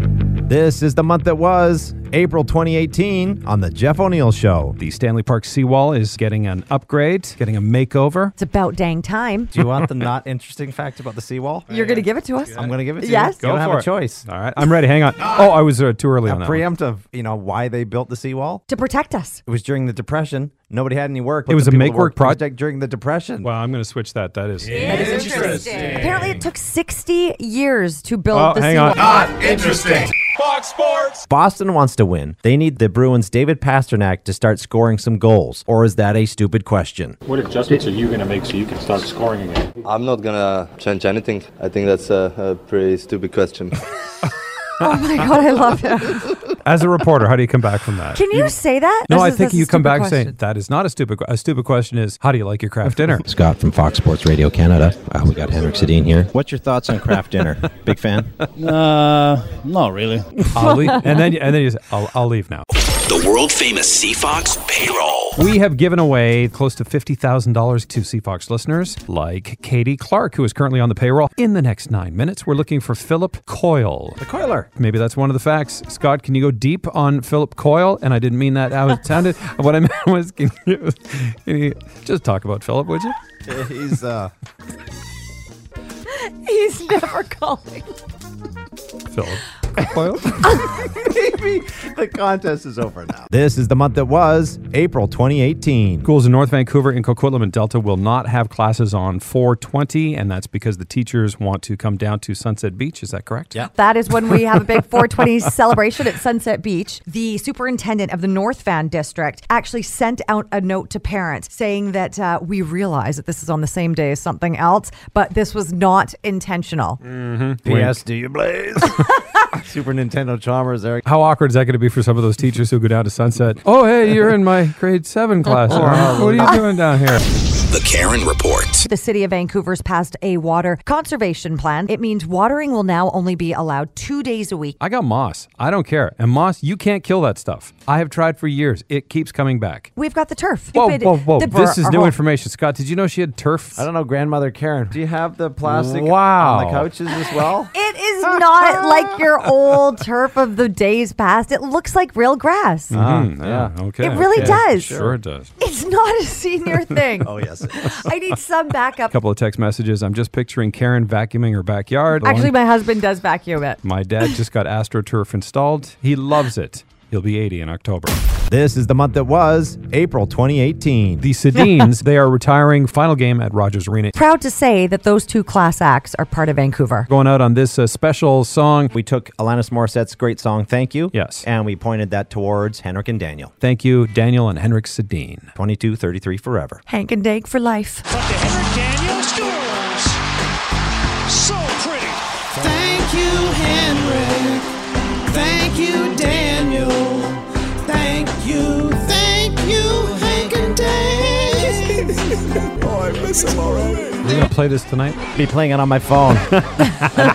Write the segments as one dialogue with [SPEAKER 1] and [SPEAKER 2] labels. [SPEAKER 1] This is the month that was, April 2018, on The Jeff O'Neill Show.
[SPEAKER 2] The Stanley Park seawall is getting an upgrade, getting a makeover.
[SPEAKER 3] It's about dang time.
[SPEAKER 1] Do you want the not interesting fact about the seawall?
[SPEAKER 3] You're going to give it to us?
[SPEAKER 1] I'm going to give it to
[SPEAKER 3] Yes.
[SPEAKER 1] you. You don't
[SPEAKER 2] Go
[SPEAKER 1] have
[SPEAKER 2] for
[SPEAKER 1] a
[SPEAKER 2] it.
[SPEAKER 1] choice.
[SPEAKER 2] All right, I'm ready. Hang on. Oh, I was uh, too early
[SPEAKER 1] A
[SPEAKER 2] on that. one.
[SPEAKER 1] preemptive, you know, why they built the seawall?
[SPEAKER 3] to protect us.
[SPEAKER 1] It was during the Depression. Nobody had any work. but
[SPEAKER 2] It was
[SPEAKER 1] the
[SPEAKER 2] a
[SPEAKER 1] people that
[SPEAKER 2] make-work
[SPEAKER 1] worked
[SPEAKER 2] project?
[SPEAKER 1] during the Depression.
[SPEAKER 2] Well, I'm going to switch that. That is.
[SPEAKER 3] That is interesting. Apparently, it took 60 years to build
[SPEAKER 2] Oh,
[SPEAKER 3] the
[SPEAKER 2] hang
[SPEAKER 3] seawall.
[SPEAKER 2] on.
[SPEAKER 1] Boston wants to win. They need the Bruins' David Pasternak to start scoring some goals. Or is that a stupid question?
[SPEAKER 4] What adjustments are you going to make so you can start scoring again?
[SPEAKER 5] I'm not gonna change anything. I think that's a, a pretty stupid question.
[SPEAKER 3] Oh my God, I love it.
[SPEAKER 2] As a reporter, how do you come back from that?
[SPEAKER 3] Can you say that?
[SPEAKER 2] no,
[SPEAKER 3] This
[SPEAKER 2] I
[SPEAKER 3] is-
[SPEAKER 2] think
[SPEAKER 3] this is
[SPEAKER 2] you come
[SPEAKER 3] stupid
[SPEAKER 2] back
[SPEAKER 3] question.
[SPEAKER 2] saying that is not a stupid. que- A stupid question is how do you like your craft dinner?
[SPEAKER 6] Scott from Fox Sports Radio Canada. Uh, we got Henrik Sedin here. What's your thoughts on craft dinner? Big fan.
[SPEAKER 7] Uh, not really.
[SPEAKER 2] I'll leave, and then and then you say, I'll, I'll leave now.
[SPEAKER 8] The world famous Sea Fox payroll.
[SPEAKER 2] We have given away close to $50,000 to Seafox listeners like Katie Clark, who is currently on the payroll. In the next nine minutes, we're looking for Philip Coyle. The Coiler. Maybe that's one of the facts. Scott, can you go deep on Philip Coyle? And I didn't mean that how it sounded. what I meant was, can you, can you just talk about Philip, would you?
[SPEAKER 1] He's uh,
[SPEAKER 3] He's never calling.
[SPEAKER 2] Philip Coyle?
[SPEAKER 1] maybe the contest is over now. This is the month that was, April 2018.
[SPEAKER 2] Schools in North Vancouver and Coquitlam and Delta will not have classes on 420, and that's because the teachers want to come down to Sunset Beach. Is that correct? Yeah.
[SPEAKER 3] That is when we have a big 420 celebration at Sunset Beach. The superintendent of the North Van district actually sent out a note to parents saying that uh, we realize that this is on the same day as something else, but this was not intentional.
[SPEAKER 1] P.S. Do you blaze? Super Nintendo Chalmers there.
[SPEAKER 2] How awkward is that going to be for some of those teachers who go down to Sunset? Oh, hey, you're in my grade seven class. huh? what are you doing down here?
[SPEAKER 8] The Karen Report.
[SPEAKER 3] The city of Vancouver's passed a water conservation plan. It means watering will now only be allowed two days a week.
[SPEAKER 2] I got moss. I don't care. And moss, you can't kill that stuff. I have tried for years. It keeps coming back.
[SPEAKER 3] We've got the turf.
[SPEAKER 2] Whoa,
[SPEAKER 3] Stupid-
[SPEAKER 2] whoa, whoa.
[SPEAKER 3] the-
[SPEAKER 2] This is new
[SPEAKER 3] Oh.
[SPEAKER 2] information. Scott, did you know she had turf?
[SPEAKER 1] I don't know, Grandmother Karen. Do you have the plastic on
[SPEAKER 2] Wow.
[SPEAKER 1] the couches as well?
[SPEAKER 3] It is not like your old turf of the days past. It looks like real grass.
[SPEAKER 2] Mm, yeah. Okay.
[SPEAKER 3] It really
[SPEAKER 2] okay.
[SPEAKER 3] does.
[SPEAKER 2] Sure, it does.
[SPEAKER 3] It's not a senior thing.
[SPEAKER 1] oh, yes. it is.
[SPEAKER 3] I need some backup.
[SPEAKER 2] couple of text messages. I'm just picturing Karen vacuuming her backyard.
[SPEAKER 3] Actually, my husband does vacuum it.
[SPEAKER 2] my dad just got AstroTurf installed. He loves it. He'll be 80 in October.
[SPEAKER 1] This is the month that was, April 2018.
[SPEAKER 2] The Sedines, they are retiring final game at Rogers Arena.
[SPEAKER 3] Proud to say that those two class acts are part of Vancouver.
[SPEAKER 2] going out on this uh, special song.
[SPEAKER 1] we took Alanis Morissette's great song, Thank You.
[SPEAKER 2] Yes.
[SPEAKER 1] And we pointed that towards Henrik and Daniel.
[SPEAKER 2] Thank you, Daniel and Henrik Sedin.
[SPEAKER 1] 22, 33 forever.
[SPEAKER 3] Hank and Dank for life.
[SPEAKER 9] Thank you, Henrik. Thank you, Daniel. Thank you, thank you, Hank and Dave. oh, I miss him already.
[SPEAKER 2] We're going to play this tonight.
[SPEAKER 1] Be playing it on my phone. An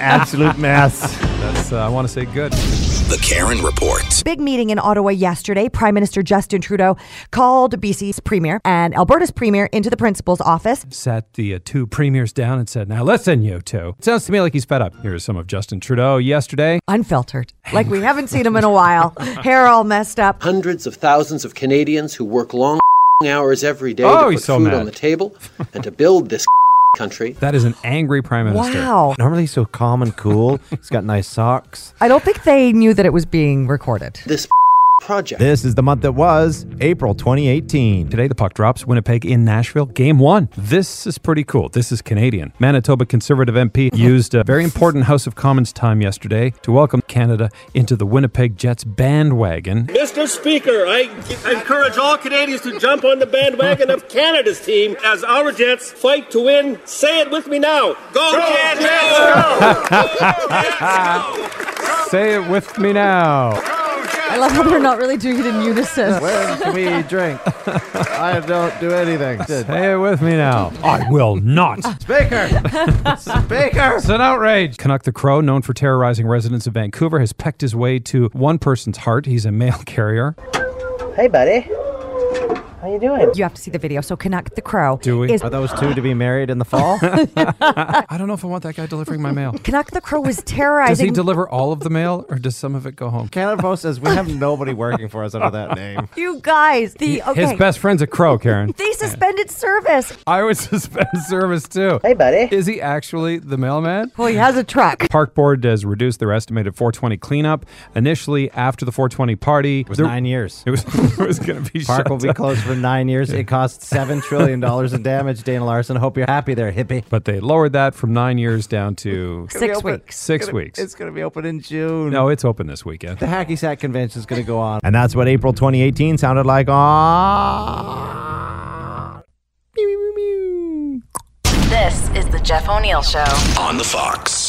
[SPEAKER 1] absolute mess.
[SPEAKER 2] That's, uh, I want to say good.
[SPEAKER 8] The Karen Report.
[SPEAKER 3] Big meeting in Ottawa yesterday. Prime Minister Justin Trudeau called BC's premier and Alberta's premier into the principal's office.
[SPEAKER 2] Sat the uh, two premiers down and said, Now listen, you two. It sounds to me like he's fed up. Here's some of Justin Trudeau yesterday.
[SPEAKER 3] Unfiltered. Like we haven't seen him in a while. Hair all messed up.
[SPEAKER 10] hundreds of thousands of Canadians who work long hours every day
[SPEAKER 2] Oh,
[SPEAKER 10] to
[SPEAKER 2] he's
[SPEAKER 10] put
[SPEAKER 2] so
[SPEAKER 10] food
[SPEAKER 2] mad.
[SPEAKER 10] on the table and to build this country.
[SPEAKER 2] That is an angry prime minister.
[SPEAKER 3] Wow.
[SPEAKER 1] Normally he's so calm and cool. he's got nice socks.
[SPEAKER 3] I don't think they knew that it was being recorded.
[SPEAKER 10] This project.
[SPEAKER 1] This is the month that was, April 2018.
[SPEAKER 2] Today, the puck drops Winnipeg in Nashville, game one. This is pretty cool. This is Canadian. Manitoba Conservative MP used a very important House of Commons time yesterday to welcome Canada into the Winnipeg Jets bandwagon.
[SPEAKER 9] Mr. Speaker, I encourage all Canadians to jump on the bandwagon of Canada's team as our Jets fight to win. Say it with me now. Go, Jets!
[SPEAKER 2] Say it with me now.
[SPEAKER 3] I love how they're not really doing it in unison.
[SPEAKER 1] When can we drink? I don't do anything.
[SPEAKER 2] Say it with me now. I will not.
[SPEAKER 1] Baker! Baker!
[SPEAKER 2] It's an outrage. Canuck the Crow, known for terrorizing residents of Vancouver, has pecked his way to one person's heart. He's a mail carrier.
[SPEAKER 9] Hey, buddy.
[SPEAKER 11] How you doing?
[SPEAKER 3] You have to see the video. So Canuck the Crow.
[SPEAKER 1] Do we?
[SPEAKER 3] Is,
[SPEAKER 1] Are those two to be married in the fall?
[SPEAKER 2] I don't know if I want that guy delivering my mail.
[SPEAKER 3] Canuck the Crow was
[SPEAKER 2] Does
[SPEAKER 3] terrorizing.
[SPEAKER 2] he deliver all of the mail or does some of it go home?
[SPEAKER 1] Canada Post says we have nobody working for us under that name.
[SPEAKER 3] you guys, the okay.
[SPEAKER 2] His best friend's a crow, Karen.
[SPEAKER 3] They suspended service.
[SPEAKER 2] I would suspend service too. Hey, buddy. Is he actually the mailman?
[SPEAKER 3] Well, he has a truck.
[SPEAKER 2] Park Board has reduced their estimated 420 cleanup. Initially, after the 420 party, it
[SPEAKER 1] was nine years.
[SPEAKER 2] It was, it was going to be
[SPEAKER 1] Park
[SPEAKER 2] shut
[SPEAKER 1] will be
[SPEAKER 2] down.
[SPEAKER 1] closed for nine years. It costs seven trillion dollars in damage. Dana Larson, hope you're happy there, hippie.
[SPEAKER 2] But they lowered that from nine years down to
[SPEAKER 3] Six weeks.
[SPEAKER 2] six weeks.
[SPEAKER 1] It's going to be open in June.
[SPEAKER 2] no, it's open this weekend.
[SPEAKER 1] The Hacky Sack convention is going to go on, and that's what April 2018 sounded like. On
[SPEAKER 11] This is the Jeff O'Neill Show.
[SPEAKER 8] On the Fox.